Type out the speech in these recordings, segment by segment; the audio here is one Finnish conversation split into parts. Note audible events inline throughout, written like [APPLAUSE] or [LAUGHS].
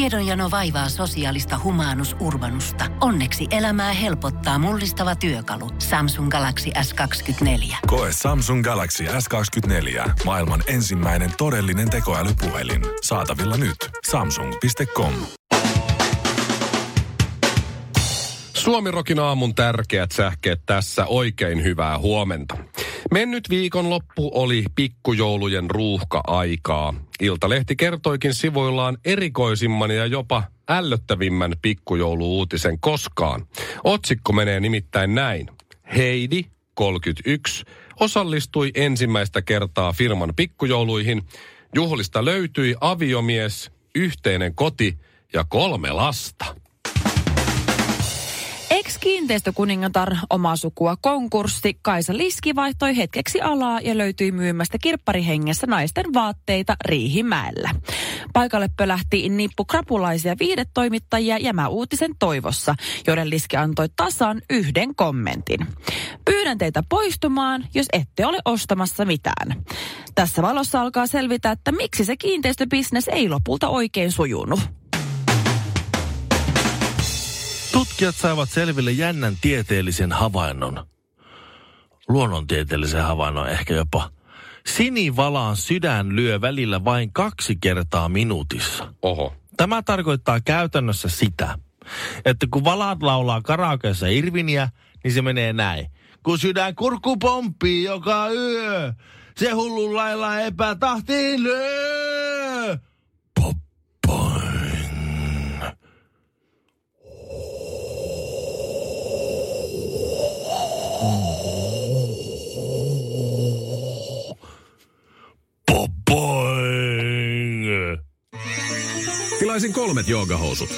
Tiedonjano vaivaa sosiaalista humanus urbanusta. Onneksi elämää helpottaa mullistava työkalu. Samsung Galaxy S24. Koe Samsung Galaxy S24. Maailman ensimmäinen todellinen tekoälypuhelin. Saatavilla nyt. Samsung.com. Suomirokin aamun tärkeät sähkeet tässä. Oikein hyvää huomenta. Mennyt viikonloppu oli pikkujoulujen ruuhka-aikaa. Iltalehti kertoikin sivuillaan erikoisimman ja jopa ällöttävimmän pikkujouluuutisen koskaan. Otsikko menee nimittäin näin. Heidi, 31, osallistui ensimmäistä kertaa firman pikkujouluihin. Juhlista löytyi aviomies, yhteinen koti ja kolme lasta. Ex-kiinteistökuningatar omaa sukua konkurssi Kaisa Liski vaihtoi hetkeksi alaa ja löytyi myymästä kirpparihengessä naisten vaatteita Riihimäellä. Paikalle pölähti nippu krapulaisia viihdetoimittajia jämäuutisen toivossa, joiden Liski antoi tasan yhden kommentin. Pyydän teitä poistumaan, jos ette ole ostamassa mitään. Tässä valossa alkaa selvitä, että miksi se kiinteistöbisnes ei lopulta oikein sujunut. Tutkijat saivat selville jännän tieteellisen havainnon. Luonnontieteellisen havainnon ehkä jopa. Sinivalaan sydän lyö välillä vain kaksi kertaa minuutissa. Oho. Tämä tarkoittaa käytännössä sitä, että kun valaat laulaa karaokeessa irviniä, niin se menee näin. Kun sydän kurkku pomppii joka yö, se hullun lailla epätahtiin lyö. Pop, boing. Pop, boing. Tilaisin kolmet joogahousut.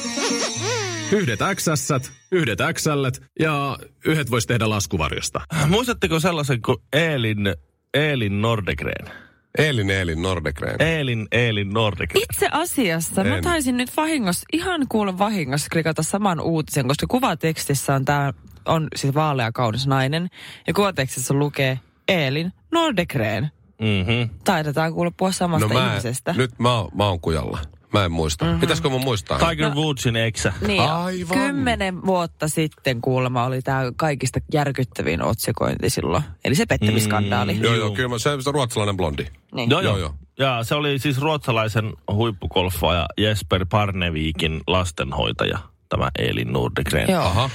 Yhdet xs yhdet xl ja yhdet voisi tehdä laskuvarjosta. Muistatteko sellaisen kuin Eelin, Eelin Nordegren? Eelin Eelin Nordegren. Eelin, Eelin Nordegren. Itse asiassa mä En. taisin nyt vahingossa, ihan kuulla vahingossa klikata saman uutisen, koska kuvatekstissä on tämä, on siis vaalea kaunis nainen, ja kuvatekstissä lukee Eelin Nordekreen. Mm-hmm. Taidetaan kuulla puhua samasta No mä, en- ihmisestä. Nyt mä, oon- mä oon kujalla. Mä en muista. Mm-hmm. Pitäisikö mun muistaa? Tiger Woodsin eksä. No- Niin, Aivan. kymmenen vuotta sitten kuulemma oli tämä kaikista järkyttävin otsikointi silloin. Eli se pettämiskandaali. Mm, Joo, joo, kyllä mä, se se ruotsalainen blondi. Niin. Joo, Joo, joo. joo. joo. Ja se oli siis ruotsalaisen huippukolfaaja Jesper Parnevikin lastenhoitaja, tämä Elin Nordegren. Joo. Aha.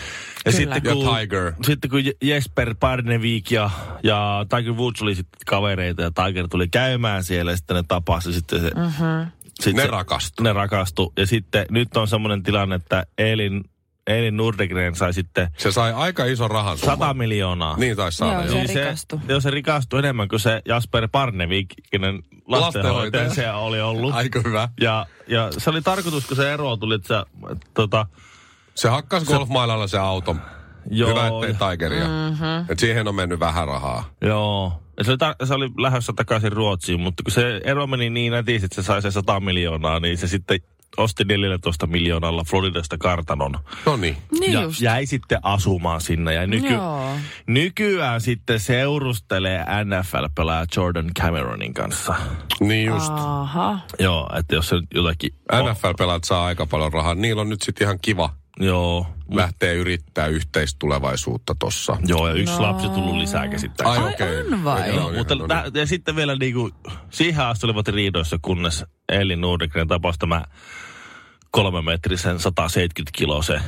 Ja kyllä. sitten kun, Ja Tiger. sitten kun Je- Jesper Parnevik ja, ja Tiger Woods oli sitten kavereita ja Tiger tuli käymään siellä ja sitten ne tapasi sitten se, Mhm. mm-hmm. sit Ne se, rakastu. ne rakastu. Ja sitten nyt on semmoinen tilanne, että Elin, Elin Nordegren sai sitten Se sai aika ison rahan 100 miljoonaa. Niin taisi saada, Joo, joo. se- Niin rikastui. Se, joo, se rikastui enemmän kuin se Jasper Parnevikinen lastenhoitaja se Lastenhoitaja. oli ollut. Aika hyvä. Ja, ja se oli tarkoitus, kun se ero tuli, että se, tota, Se hakkas golfmailalla se auton. Joo. Hyvä, ettei Tigeria. Mm-hmm. Et siihen on mennyt vähän rahaa. joo. Ja se, oli tar- se oli lähdössä takaisin Ruotsiin, mutta kun se ero meni niin nätisti, että se sai se 100 miljoonaa, niin se sitten osti 14 miljoonalla Floridasta kartanon. No niin. Niin ja just. jäi sitten asumaan sinne. Ja nyky- Joo. nykyään sitten seurustelee NFL-pelaaja Jordan Cameronin kanssa. Niin just. Aha. Joo, että jos se nyt jotakin... NFL-pelaat saa aika paljon rahaa. Niillä on nyt sitten ihan kiva Joo. lähteä yrittää yhteistulevaisuutta tossa. Joo, ja yksi no. lapsi tullut lisää käsittää. Ai, Ai okei. on vai? Joo, Joo, ihan, mutta no niin. tää, ja sitten vielä niinku, siihen asti olivat riidoissa, kunnes Elin Nordegren tapasi tämä kolmemetrisen 170 kilosen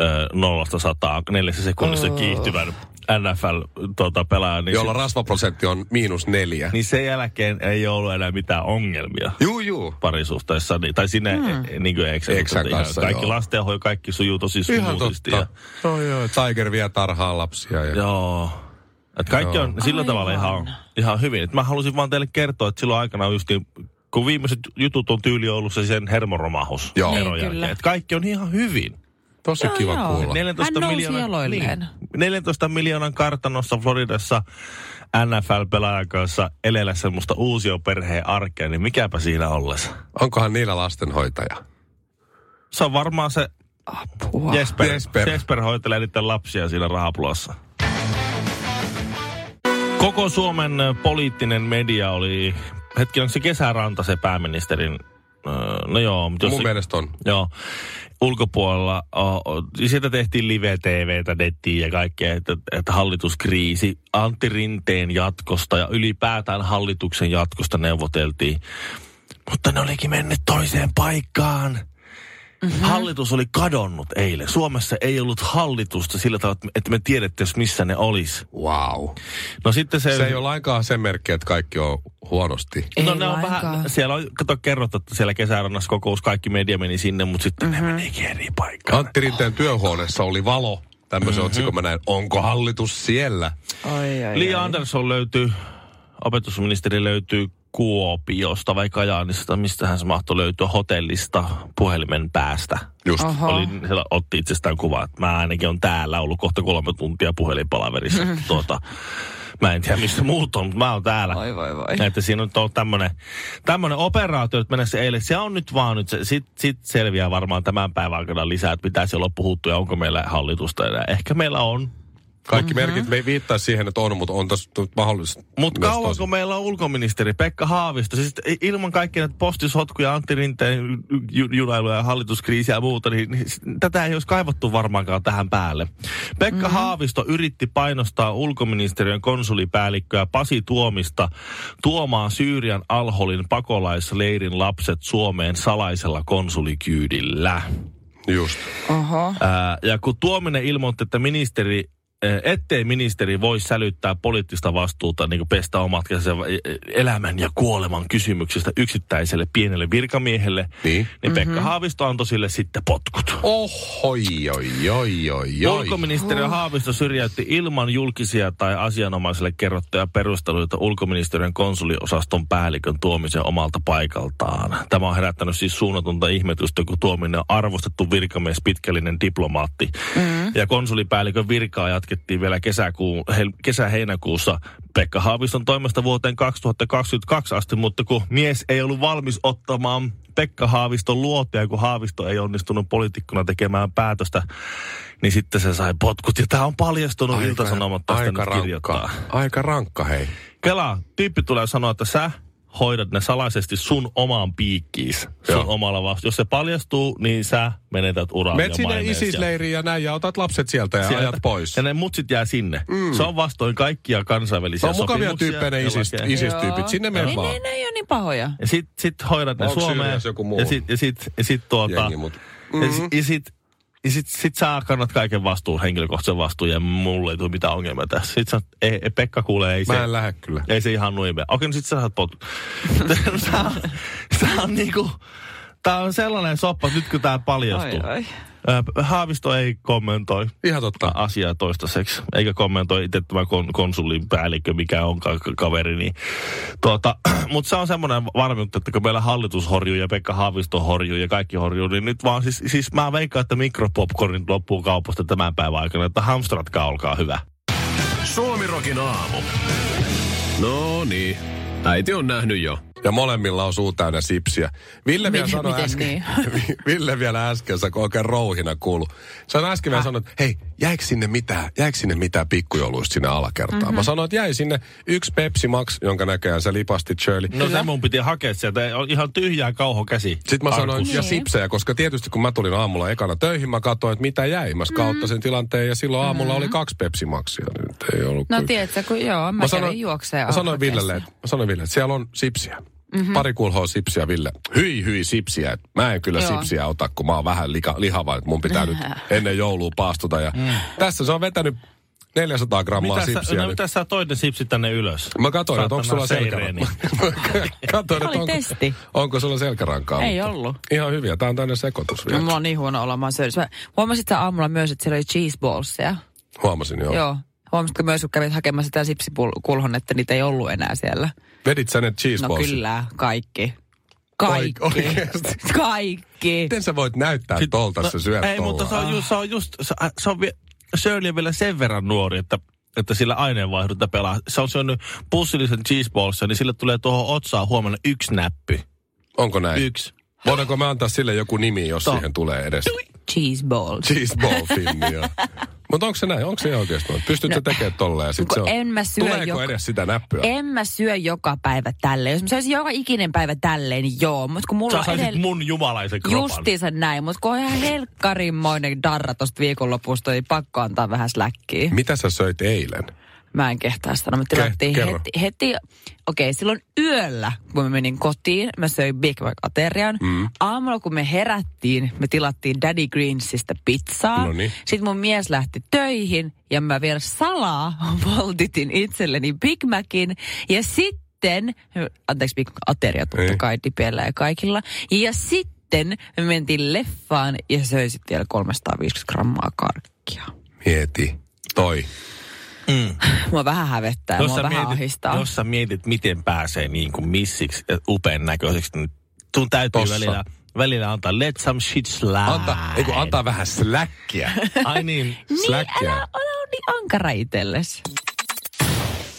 ö, nollasta sataa neljässä sekunnissa Oh. kiihtyvän NFL-pelaajan. Niin, jolla se- rasvaprosentti on miinus neljä. niin sen jälkeen ei ollut enää mitään ongelmia Juu, juu. parisuhteessa, niin, tai sinne hmm. niin kuin Eksän, Eksän ihan- kanssa, Kaikki joo. lastenhoito, kaikki sujuu tosi Ihan sumuusisti. totta. Joo, joo. Tiger vie tarhaa lapsia. Ja... Joo. Et kaikki Joo. on sillä tavalla ihan, ihan hyvin. Et mä halusin vaan teille kertoa, että silloin aikana just niin, kun viimeiset jutut on tyyli ollut se sen hermoromahus. Joo. eron Niin, kyllä. jälkeen. Et kaikki on ihan hyvin. Tosi Joo, kiva joo. kuulla. Nel- Hän nousi jaloilleen. niin, 14 miljoonan kartanossa Floridassa NFL-pelaajan kanssa elellä semmoista uusioperheen arkea, niin mikäpä siinä ollessa. Onkohan niillä lastenhoitaja? Se on varmaan se Apua. Jesper. Jesper. Jesper. Jesper hoitelee niiden lapsia siinä rahapulassa. Koko Suomen ö, poliittinen media oli, hetki onko se kesäranta se pääministerin Öö, No joo, mutta jos... Mun mielestä on. Joo. Ulkopuolella, o, o, sieltä tehtiin live-tvtä, nettiin ja kaikkea, että, että hallituskriisi, Antti Rinteen jatkosta ja ylipäätään hallituksen jatkosta neuvoteltiin. Mutta ne olikin mennyt toiseen paikkaan. Mhm. Mm-hmm. Hallitus oli kadonnut eilen. Suomessa ei ollut hallitusta sillä tavalla, että me- että me tiedettäisiin, missä ne olisi. Wow. No sitten se... Se ei ole lainkaan sen merkki, että kaikki on huonosti. No Ei ne on lainkaan. vähän, siellä on, kato kerrottu, että siellä kesärannassa kokous, kaikki media meni sinne, mutta sitten Mhm. mm-hmm. ne menikin eri paikkaan. Antti Rinteen työhuoneessa oli valo. Tämmöisen mm-hmm. otsikon mä näin. Onko hallitus siellä? Ai, ai, Li Andersson löytyy, opetusministeri löytyy Kuopiosta vai Kajaanista, mistähän se mahtoi löytyä hotellista puhelimen päästä. Just. Oho. Oli, siellä otti itsestään kuva, että mä ainakin on täällä ollut kohta kolme tuntia puhelinpalaverissa. Mm. tuota, mä en tiedä, missä muut on, mutta mä oon täällä. Voi, voi, voi. Että siinä on ollut tämmönen, tämmönen operaatio, että mennessä eilen. Se on nyt vaan nyt, se, sit, sit selviää varmaan tämän päivän aikana lisää, että mitä siellä on puhuttu ja onko meillä hallitusta enää. Ehkä meillä on. Kaikki Mhm. mm-hmm. merkit me viittaa siihen, että on, mutta on tässä nyt mahdollista. Mutta myös kauanko toisin. meillä on ulkoministeri Pekka Haavisto, siis i- ilman kaikkia näitä postisotkuja, Antti Rinteen ju- junailuja ja hallituskriisiä ja muuta, niin niin s- tätä ei olisi kaivattu varmaankaan tähän päälle. Pekka mm-hmm. Haavisto yritti painostaa ulkoministeriön konsulipäällikköä Pasi Tuomista tuomaan Syyrian Alholin pakolaisleirin lapset Suomeen salaisella konsulikyydillä. Just. Oho. Ää, ja kun Tuominen ilmoitti, että ministeri, ää, ettei ministeri voi sälyttää poliittista vastuuta, niin kuin pestä omat käsinsä ää, elämän ja kuoleman kysymyksistä yksittäiselle pienelle virkamiehelle, Niin. niin Pekka mm-hmm. Haavisto antoi sille sitten potkut. Oho, joi, joi, joi, joi. Ulkoministeriö Haavisto syrjäytti ilman julkisia tai asianomaiselle kerrottuja perusteluita ulkoministeriön konsuliosaston päällikön tuomisen omalta paikaltaan. Tämä on herättänyt siis suunnatonta ihmetystä, kun tuominen on arvostettu virkamies pitkällinen diplomaatti. Mm. Ja konsulipäällikön virkaa jatkettiin vielä kesäkuun, hel, kesä-heinäkuussa Pekka Haaviston toimesta vuoteen 2022 asti, mutta kun mies ei ollut valmis ottamaan Pekka Haaviston luotia, kun Haavisto ei onnistunut poliitikkona tekemään päätöstä, niin sitten se sai potkut. Ja tämä on paljastunut aika, iltasanomat tästä aika nyt kirjoittaa. rankka, aika rankka, hei. Kela, tyyppi tulee sanoa, että sä hoidat ne salaisesti sun omaan piikkiis, sun Joo. Joo. omalla vastu. Jos se paljastuu, niin sä menetät uran Menet ja sinne maineesi ja- ISIS-leiriin ja näin ja otat lapset sieltä ja no sieltä. ajat pois. Ja ne mutsit jää sinne. Mm. Se on vastoin kaikkia Ne kansainvälisiä on mukavia sopimuksia tyyppejä ne ja ISIS, lakeja. ISIS-tyypit. Sinne Ei, mene ne, vaan. ne ei ole niin pahoja. Ja sit, sit hoidat ne Onko Suomeen. Syyriassa joku muu? ja sit, ja sit, ja sit tuota... Jengi, mut- Ja, sit, ja sit, ja sit, sit sä kannat kaiken vastuun, henkilökohtaisen vastuun, ja mulle ei tule mitään ongelmia tässä. Sit sä, ei, ei, Pekka kuulee, ei Mä se... en lähde kyllä. Ei se ihan noin mene. Okei, no sit sä saat potkut. [LAUGHS] tää, on- tää on niinku... Tää on sellainen soppa, nyt kun tää paljastuu. Ai, ai. Ö, Haavisto ei kommentoi Ihan totta. asiaa toistaiseksi, eikä kommentoi itse tämä kon- konsulin päällikkö, mikä on ka- ka- kaveri. Niin. Tuota, [CLEARS THROAT] Mutta se on semmoinen varmuutta, että kun meillä hallitus horjuu ja Pekka Haavisto horjuu ja kaikki horjuu, niin nyt vaan siis, siis mä veikkaan, että mikropopcornin loppuu kaupasta tämän päivän aikana, että hamstratkaa, olkaa hyvä. Suomirokin aamu. No niin, äiti on nähnyt jo. Ja molemmilla on suu täynnä sipsiä. Ville vielä Miten- sanoi miten äsken, niin? [LAUGHS] Vi- Ville vielä äsken, sä oikein rouhina kuulu. Sä äsken Ah. vielä sanoit, että hei, jäikö sinne mitään, jäikö sinne mitään pikkujouluista sinne alakertaan? Mhm. Mm-hmm. Mä sanoin, että jäi sinne yksi Pepsi Max, jonka näköjään sä lipastit Shirley. No se mun piti hakea sieltä, ei- on ihan tyhjää kauhokäsi. Sitten mä sanoin, Niin. Arkus. ja sipsejä, koska tietysti kun mä tulin aamulla ekana töihin, mä katsoin, että mitä jäi. Mhm. Mä skautta sen tilanteen ja silloin aamulla oli kaksi pepsimaksia. Nyt ei ollut No kuin- tiedätkö, kun joo, mä, kävin juokseen. Mhm. mä sanoin alkokeessa. Villelle, että, mä sanoin Villelle, että siellä on sipsiä. Mm-hmm. Pari kulhoa sipsiä, Ville. Hyi, hyi, sipsiä. Et Mä en kyllä Joo. Joo. sipsiä ota, kun mä oon vähän lika, lihava, että mun [LAUGHS] pitää nyt ennen joulua paastuta. Ja Tässä se on vetänyt 400 grammaa Mm. Mitä sä, sipsiä. no, nyt. mitä sä toit ne sipsit tänne ylös? Mä katsoin, että onko Saatana sulla seireeni. selkärankaa. [LAUGHS] katsoin, Oli että onko, testi. onko sulla selkärankaa. Ei mutta ollut. Ihan hyviä. Tää on tänne sekoitus vielä. No, mulla on niin huono olla, mä oon syödyssä. Mä huomasin sitä aamulla myös, että siellä oli cheeseballsia. Huomasin, joo. joo. Joo. Huomasitko myös, kun kävit hakemassa sitä sipsikulhon, että niitä ei ollut enää siellä? Vedit sä ne cheese No balls? kyllä, kaikki. Kaikki. Oik- oikeesti? [LAUGHS] Kaikki. Miten sä voit näyttää Sit- tolta, jos sä syöt no, Ei, mutta se tollaa? on just, se on just, se, äh, se on vie, Shirley on vielä sen verran nuori, että, että sillä aineenvaihdunta pelaa. Se on syönyt pussillisen cheeseballsia, niin sille tulee tuohon otsaan huomenna yksi näppy. Onko näin? Yksi. Voidaanko me antaa sille joku nimi, jos Tää- siihen tulee edes? cheeseballs. Cheeseball Finnia. Mutta onko se näin? Onko se oikeasti noin? Pystytkö no, tekemään tolleen? ja Sit kun se on, en mä syö tuleeko joka- edes sitä näppyä? En mä syö joka päivä tälleen. Jos mä söisin joka ikinen päivä tälleen, niin joo. Mutta kun mulla Sä on saisit edellä... mun jumalaisen kropan. Justiinsa näin, mutta kun on ihan helkkarimmoinen darra tosta viikonlopusta, niin pakko antaa vähän släkkiä. Mitä sä söit eilen? Mä en kehtaa sanoa. Me tilattiin kerro. heti, heti okei, okay, silloin yöllä, kun mä menin kotiin, mä söin Big Mac-aterian. Mm. Aamulla, kun me herättiin, me tilattiin Daddy Greensistä pizzaa. Noniin. Sitten mun mies lähti töihin ja mä vielä salaa [LAUGHS] voltitin itselleni Big Macin. Ja sitten, anteeksi Big Mac-ateria totta Ei. kai dipeillä ja kaikilla. Ja sitten me mentiin leffaan ja söin sitten vielä 350 grammaa karkkia. Mieti. Toi. Mua vähän hävettää, Jos mua No sä vähän mietit, ahistaa. Jos sä mietit, miten pääsee niin kuin missiksi ja upean näköiseksi, niin sun täytyy Tossa. välillä, välillä antaa let some shit slide. Anta, ei kun antaa vähän släkkiä. Ai niin. [LAUGHS] Släkkiä. Älä ole niin ankara itsellesi.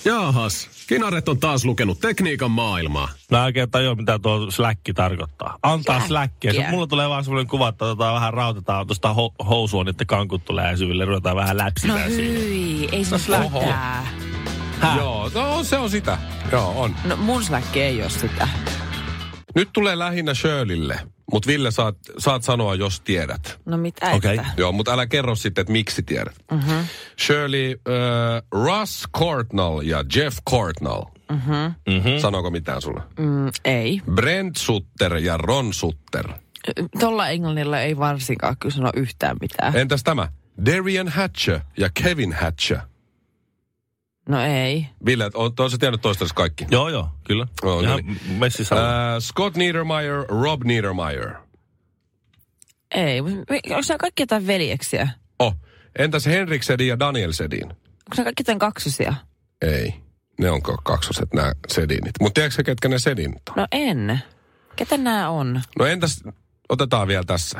Jaahas, kinaret on taas lukenut tekniikan maailmaa. Mä en oikein tajua, mitä tuo släkki tarkoittaa. Antaa släkkiä. Se, Släkkiä. mulla tulee vaan semmoinen kuva, että otetaan vähän rautetaan tuosta ho- housuun, että kankut tulee syville, ruvetaan vähän No läpsimään siinä. hyi, ei se slack. nyt mitään. Joo, no, on- se on sitä. Joo, on. No mun släkki ei ole sitä. Nyt tulee lähinnä Shirleylle, mutta Ville saat, saat sanoa, jos tiedät. No mitä Okei. että. Mhm. Joo, mutta älä kerro sitten, että miksi tiedät. Mm-hmm. Shirley, äh, Russ Cortnell ja Jeff Cortnell. Mm-hmm. Sanooko mitään sulle? Mhm. Mm, ei. Brent Sutter ja Ron Sutter. Tuolla englannilla ei varsinkaan kyllä sano yhtään mitään. Entäs tämä? Darian Hatcher ja Kevin Hatcher. No ei. Ville, oletko sä tiennyt toistaiseksi kaikki? Joo, joo, kyllä. Joo, no Ihan niin. messissä. Äh, Scott Niedermeyer, Rob Niedermeyer. Ei, mutta onko se kaikki jotain veljeksiä? Oh. Entäs Henrik Sedin ja Daniel Sedin? Onko se kaikki jotain kaksosia? Ei. Ne onko kaksoset nämä Sedinit. Mutta tiedätkö sä, ketkä ne Sedinit on? No en. Ketä nämä on? No entäs, otetaan vielä tässä.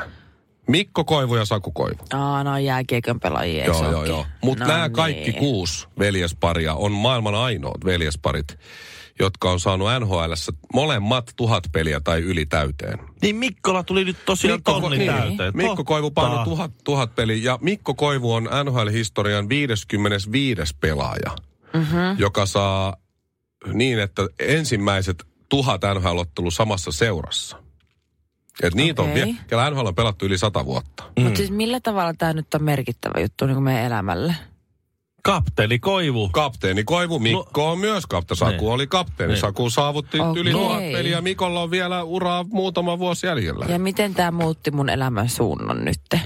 Mikko Koivu ja Saku Koivu. Aa, no jääkiekön pelaajia, eikö joo, joo, ookin? joo. Mutta no nämä kaikki niin. kuusi veljesparia on maailman ainoat veljesparit, jotka on saanut NHLssä molemmat tuhat peliä tai yli täyteen. Niin Mikkola tuli nyt tosiaan Mikko, tonni niin. täyteen. Mikko Koivu painoi Totta. tuhat, tuhat peliä ja Mikko Koivu on NHL-historian 55. pelaaja, Mhm. mm-hmm. joka saa niin, että ensimmäiset tuhat NHL-ottelu samassa seurassa. Et niitä on Okei. vielä, kyllä NHL on pelattu yli sata vuotta. Mutta siis millä tavalla tämä nyt on merkittävä juttu niin meidän elämälle? Kapteeni Koivu. Kapteeni Koivu, Mikko on myös kapteeni. Saku No- Niin. oli kapteeni. Niin. Saku saavutti Okei. yli tuhat peliä. Mikolla on vielä uraa muutama vuosi jäljellä. Ja miten tämä muutti mun elämän suunnan nytte?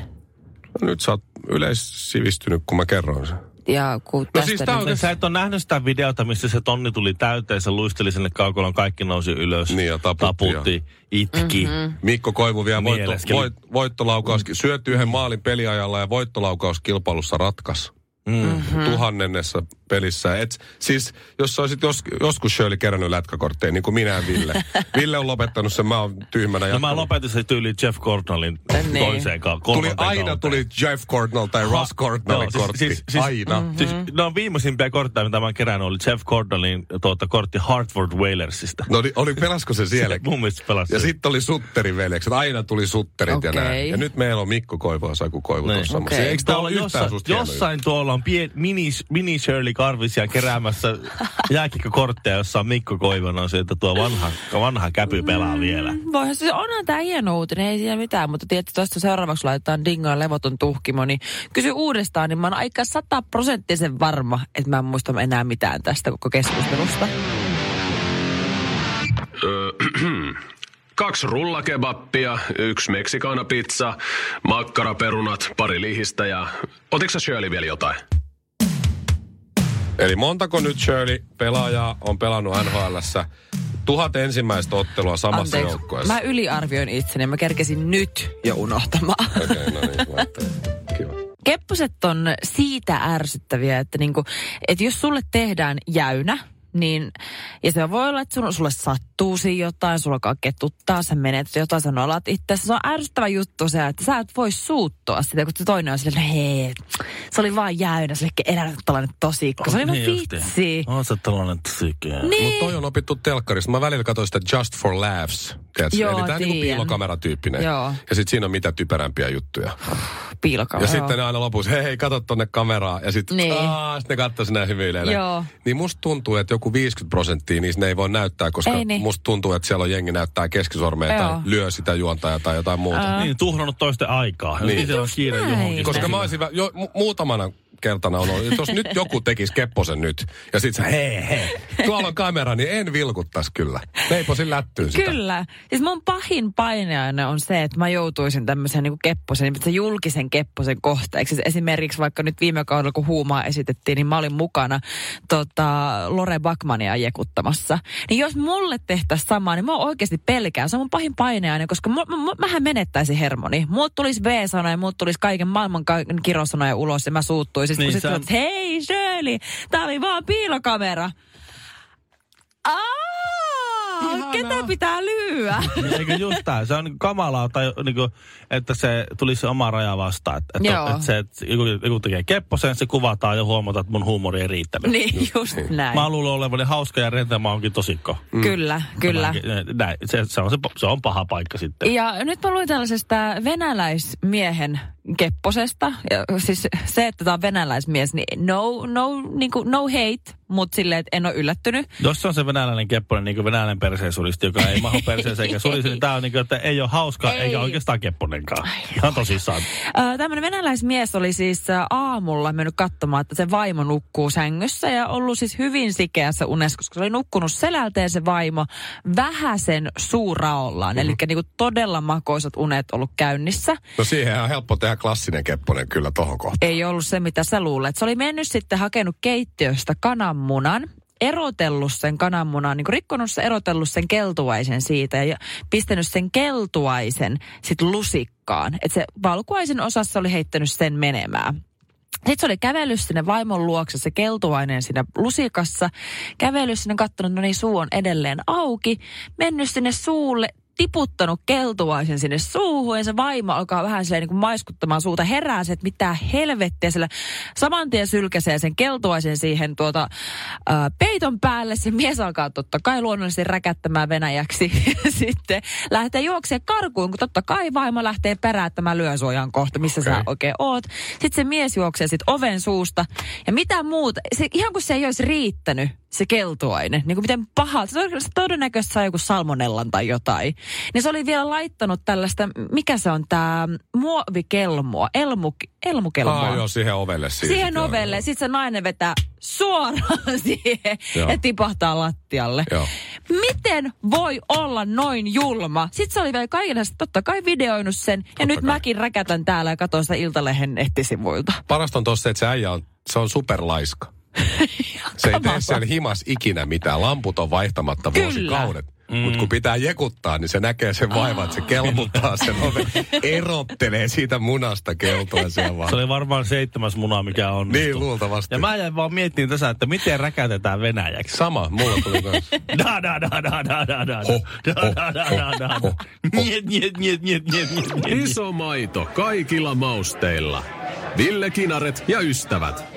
Nyt sä oot yleissivistynyt, kun mä kerron sen. Ja kun No tästä siis nyt- tää on- Sä et ole nähnyt sitä videota, missä se tonni tuli täyteen, se luisteli sinne kaukolan, kaikki nousi ylös. Niin, ja taputti taputti itki. Mm-hmm. Mhm. Mikko Koivu vielä voitto, Nieleskeli. voit, voittolaukaus, Mm. syötti yhden maalin peliajalla ja voittolaukauskilpailussa ratkas. Mm-hmm. Tuhannennessa pelissä. Et, siis jos sä olisit jos, joskus Shirley kerännyt lätkäkortteja, niin kuin minä ja [LAUGHS] Ville. Ville on lopettanut sen, mä oon tyhmänä. No jatkanut. mä lopetin se tyyli Jeff Cornellin Niin. toiseen ka- Tuli kolmanteen aina kauteen. tuli Jeff Cornell tai Russ Cornellin Joo, kortti. aina. Mm-hmm. Siis, no viimeisimpiä kortteja, mitä mä oon kerännyt, oli Jeff Cornellin tuota, kortti Hartford Whalersista. No niin, oli, pelasko se sielläkin? Mun mielestä pelasi. Ja sitten oli Sutterin veljekset. Aina tuli Sutterit ja Okei. näin. Ja nyt meillä on Mikko Koivu ja Saku Koivu Niin. tuossa samassa. Okei. Eikö tämä tuolla ole yhtään jossain, susta jossain. jossain tuolla on pie, mini, mini Shirley Karvisia [LAUGHS] keräämässä jääkikkökortteja, jossa on Mikko Koivonen on se, että tuo vanha, vanha käpy Mm. pelaa vielä. Voihan se, siis onhan tämä hieno uutinen, ei siinä mitään, mutta tiedätkö, tuosta seuraavaksi laitetaan Dingaan levoton tuhkimo, niin kysy uudestaan, niin mä oon aika sataprosenttisen varma, että mä en muista enää mitään tästä koko keskustelusta. Kaksi rullakebappia, yksi meksikaanapizza, makkaraperunat, pari lihistä ja... Otitko sä Shirley vielä jotain? Eli montako nyt Shirley pelaajaa on pelannut NHLssä? Tuhat ensimmäistä ottelua samassa Anteeksi, joukkueessa. mä yliarvioin itseni, mä kerkesin nyt jo unohtamaan. Okei, no niin, mä ajattelin. Kiva. Niin. Kepposet on siitä ärsyttäviä, että niinku, et jos sulle tehdään jäynä, niin, ja se voi olla, että sun, sulle sattuu siinä jotain, sulla alkaa ketuttaa, sä menet jotain, sä nolat itse. Se on ärsyttävä juttu se, että sä et voi suuttua sitä, kun se toinen on silleen, no hei, se oli vaan jäynä, se oli eräänlainen tällainen tosikko. Se oli niin vitsi. On se tällainen tsikö. Niin. Mutta toi on opittu telkkarista. Mä välillä katsoin sitä Just for Laughs. Tiedätkö? Joo, Eli tää on niinku tiedän. piilokameratyyppinen. Joo. Ja sit siinä on mitä typerämpiä juttuja. Piilokaa. Ja Joo. sitten ne aina lopussa, hei, hei, kato tonne kameraan. Ja sitten Niin. niin. sit ne katsoo sinä hymyilee. Joo. Niin musta tuntuu, että joku 50 prosenttia niistä ne ei voi näyttää, koska Ei niin. musta tuntuu, että siellä on jengi näyttää keskisormea Joo. tai lyö sitä juontajaa tai jotain muuta. Niin, tuhlannut toisten aikaa. Niin. Niin. Itse on kiire näin. johonkin. Koska mä olisin vä- jo, mu- muutamana kertana on ollut, että jos nyt joku tekisi kepposen nyt, ja sit sä, hei, hei, tuolla on kamera, niin en vilkuttaisi kyllä. Leiposin lättyyn sitä. Kyllä. Siis mun pahin paineaine on se, että mä joutuisin tämmöisen niin kepposen, niin julkisen kepposen kohteeksi. Siis esimerkiksi vaikka nyt viime kaudella, kun huumaa esitettiin, niin mä olin mukana tota, Lore Bakmania jekuttamassa. Niin jos mulle tehtäisiin samaa, niin mä oikeasti pelkään. Se on mun pahin paineaine, koska mä, mä, mähän menettäisi hermoni. Muut tulisi B-sana ja muut tulisi kaiken maailman ka- kirosanoja ulos ja mä suuttuisin. Niin Niin, kun sä- sä... sit, hei Shirley, tää oli vaan piilokamera. Aa, Ihanaa. ketä pitää lyöä? Niin, Eikö just tää? Se on niinku kamalaa, tai niinku, että se tulisi se oma raja vastaan. Että, että, Joo. että se, että joku, joku tekee kepposen, se kuvataan ja huomataan, että mun huumori ei riittänyt. niin, just näin. Mm. Mä luulen olevani hauska ja rentä, mä onkin tosikko. Kyllä, kyllä. eh, Näin, se, se, on se, se on paha paikka sitten. Ja nyt mä luin tällaisesta venäläismiehen kepposesta. Ja siis se, että tämä on venäläismies, niin no, no, niin kuin, no hate, mutta silleen, että en ole yllättynyt. Jos se on se venäläinen kepponen, niin kuin venäläinen perseensuristi, joka ei maho perseeseen eikä sulisi, niin tää on niin kuin, että ei ole hauskaa Ei. eikä oikeastaan kepponenkaan. Ihan tosissaan. Äh, Tämmöinen venäläismies oli siis äh, aamulla mennyt katsomaan, että se vaimo nukkuu sängyssä ja ollut siis hyvin sikeässä unessa, koska se oli nukkunut selälteen se vaimo vähäsen suuraollaan. Mm-hmm. Eli niinku todella makoisat unet ollut käynnissä. No siihen on helppo tehdä klassinen kepponen kyllä tohon kohtaan. ei ollut se, mitä sä luulet. Se oli mennyt sitten hakenut keittiöstä kananmunan, erotellut sen kananmunan, niin kuin rikkonut sen, erotellut sen keltuaisen siitä ja pistänyt sen keltuaisen sit lusikkaan. Että se valkuaisen osassa oli heittänyt sen menemään. Sitten se oli kävellyt sinne vaimon luokse, se keltuainen siinä lusikassa. Kävellyt sinne, kattonut, no niin, suu on edelleen auki. Mennyt sinne suulle, tiputtanut keltuaisen sinne suuhun ja se vaimo alkaa vähän silleen niin kuin maiskuttamaan suuta. Herää se, että mitä helvettiä sillä saman tien sylkäsee sen keltuaisen siihen tuota, ää, peiton päälle. Se mies alkaa totta kai luonnollisesti räkättämään venäjäksi. [LAUGHS] Sitten lähtee juokseen karkuun, kun totta kai vaimo lähtee perään, että mä lyön suojaan kohta, missä okay. sä oikein oot. Sitten se mies juoksee sit oven suusta. Ja mitä muuta, se, ihan kuin se ei olisi riittänyt, se keltuainen. Niin kuin miten paha, se tod- se todennäköisesti saa joku salmonellan tai jotain. Niin se oli vielä laittanut tällaista, mikä se on tämä muovikelmoa, elmu, elmukelmoa. Aa, Ah, joo, siihen ovelle. Siis. Siihen Joo, ovelle. joo. Sitten se nainen vetää suoraan [LAUGHS] siihen Joo. ja tipahtaa lattialle. Joo. Miten voi olla noin julma? Sitten se oli vielä kaikille totta kai videoinut sen. Totta ja nyt kai. mäkin räkätän täällä ja katson sitä Iltalehen nettisivuilta. Parasta on tossa se, että se äijä on, se on superlaiska. se ei tee siellä himas ikinä mitään. Lamput on vaihtamatta Kyllä. vuosikaudet. Mm. Mutta kun pitää jekuttaa, niin se näkee sen vaivan, että se Ah. kelmuttaa sen [LAUGHS] oven, erottelee siitä munasta keltuaisia vaan. Se oli varmaan seitsemäs muna, mikä on. Niin, luultavasti. Ja mä jäin vaan miettimään tässä, että miten räkätetään venäjäksi. Sama, mulla tuli kans. [LAUGHS] Da, da, da, da, da, da, da, Ho, da, ho, da, da, da, da, da. ho, ho. Niet, niet, niet, niet, niet, niet, niet. Iso maito kaikilla mausteilla. Ville Kinaret ja ystävät.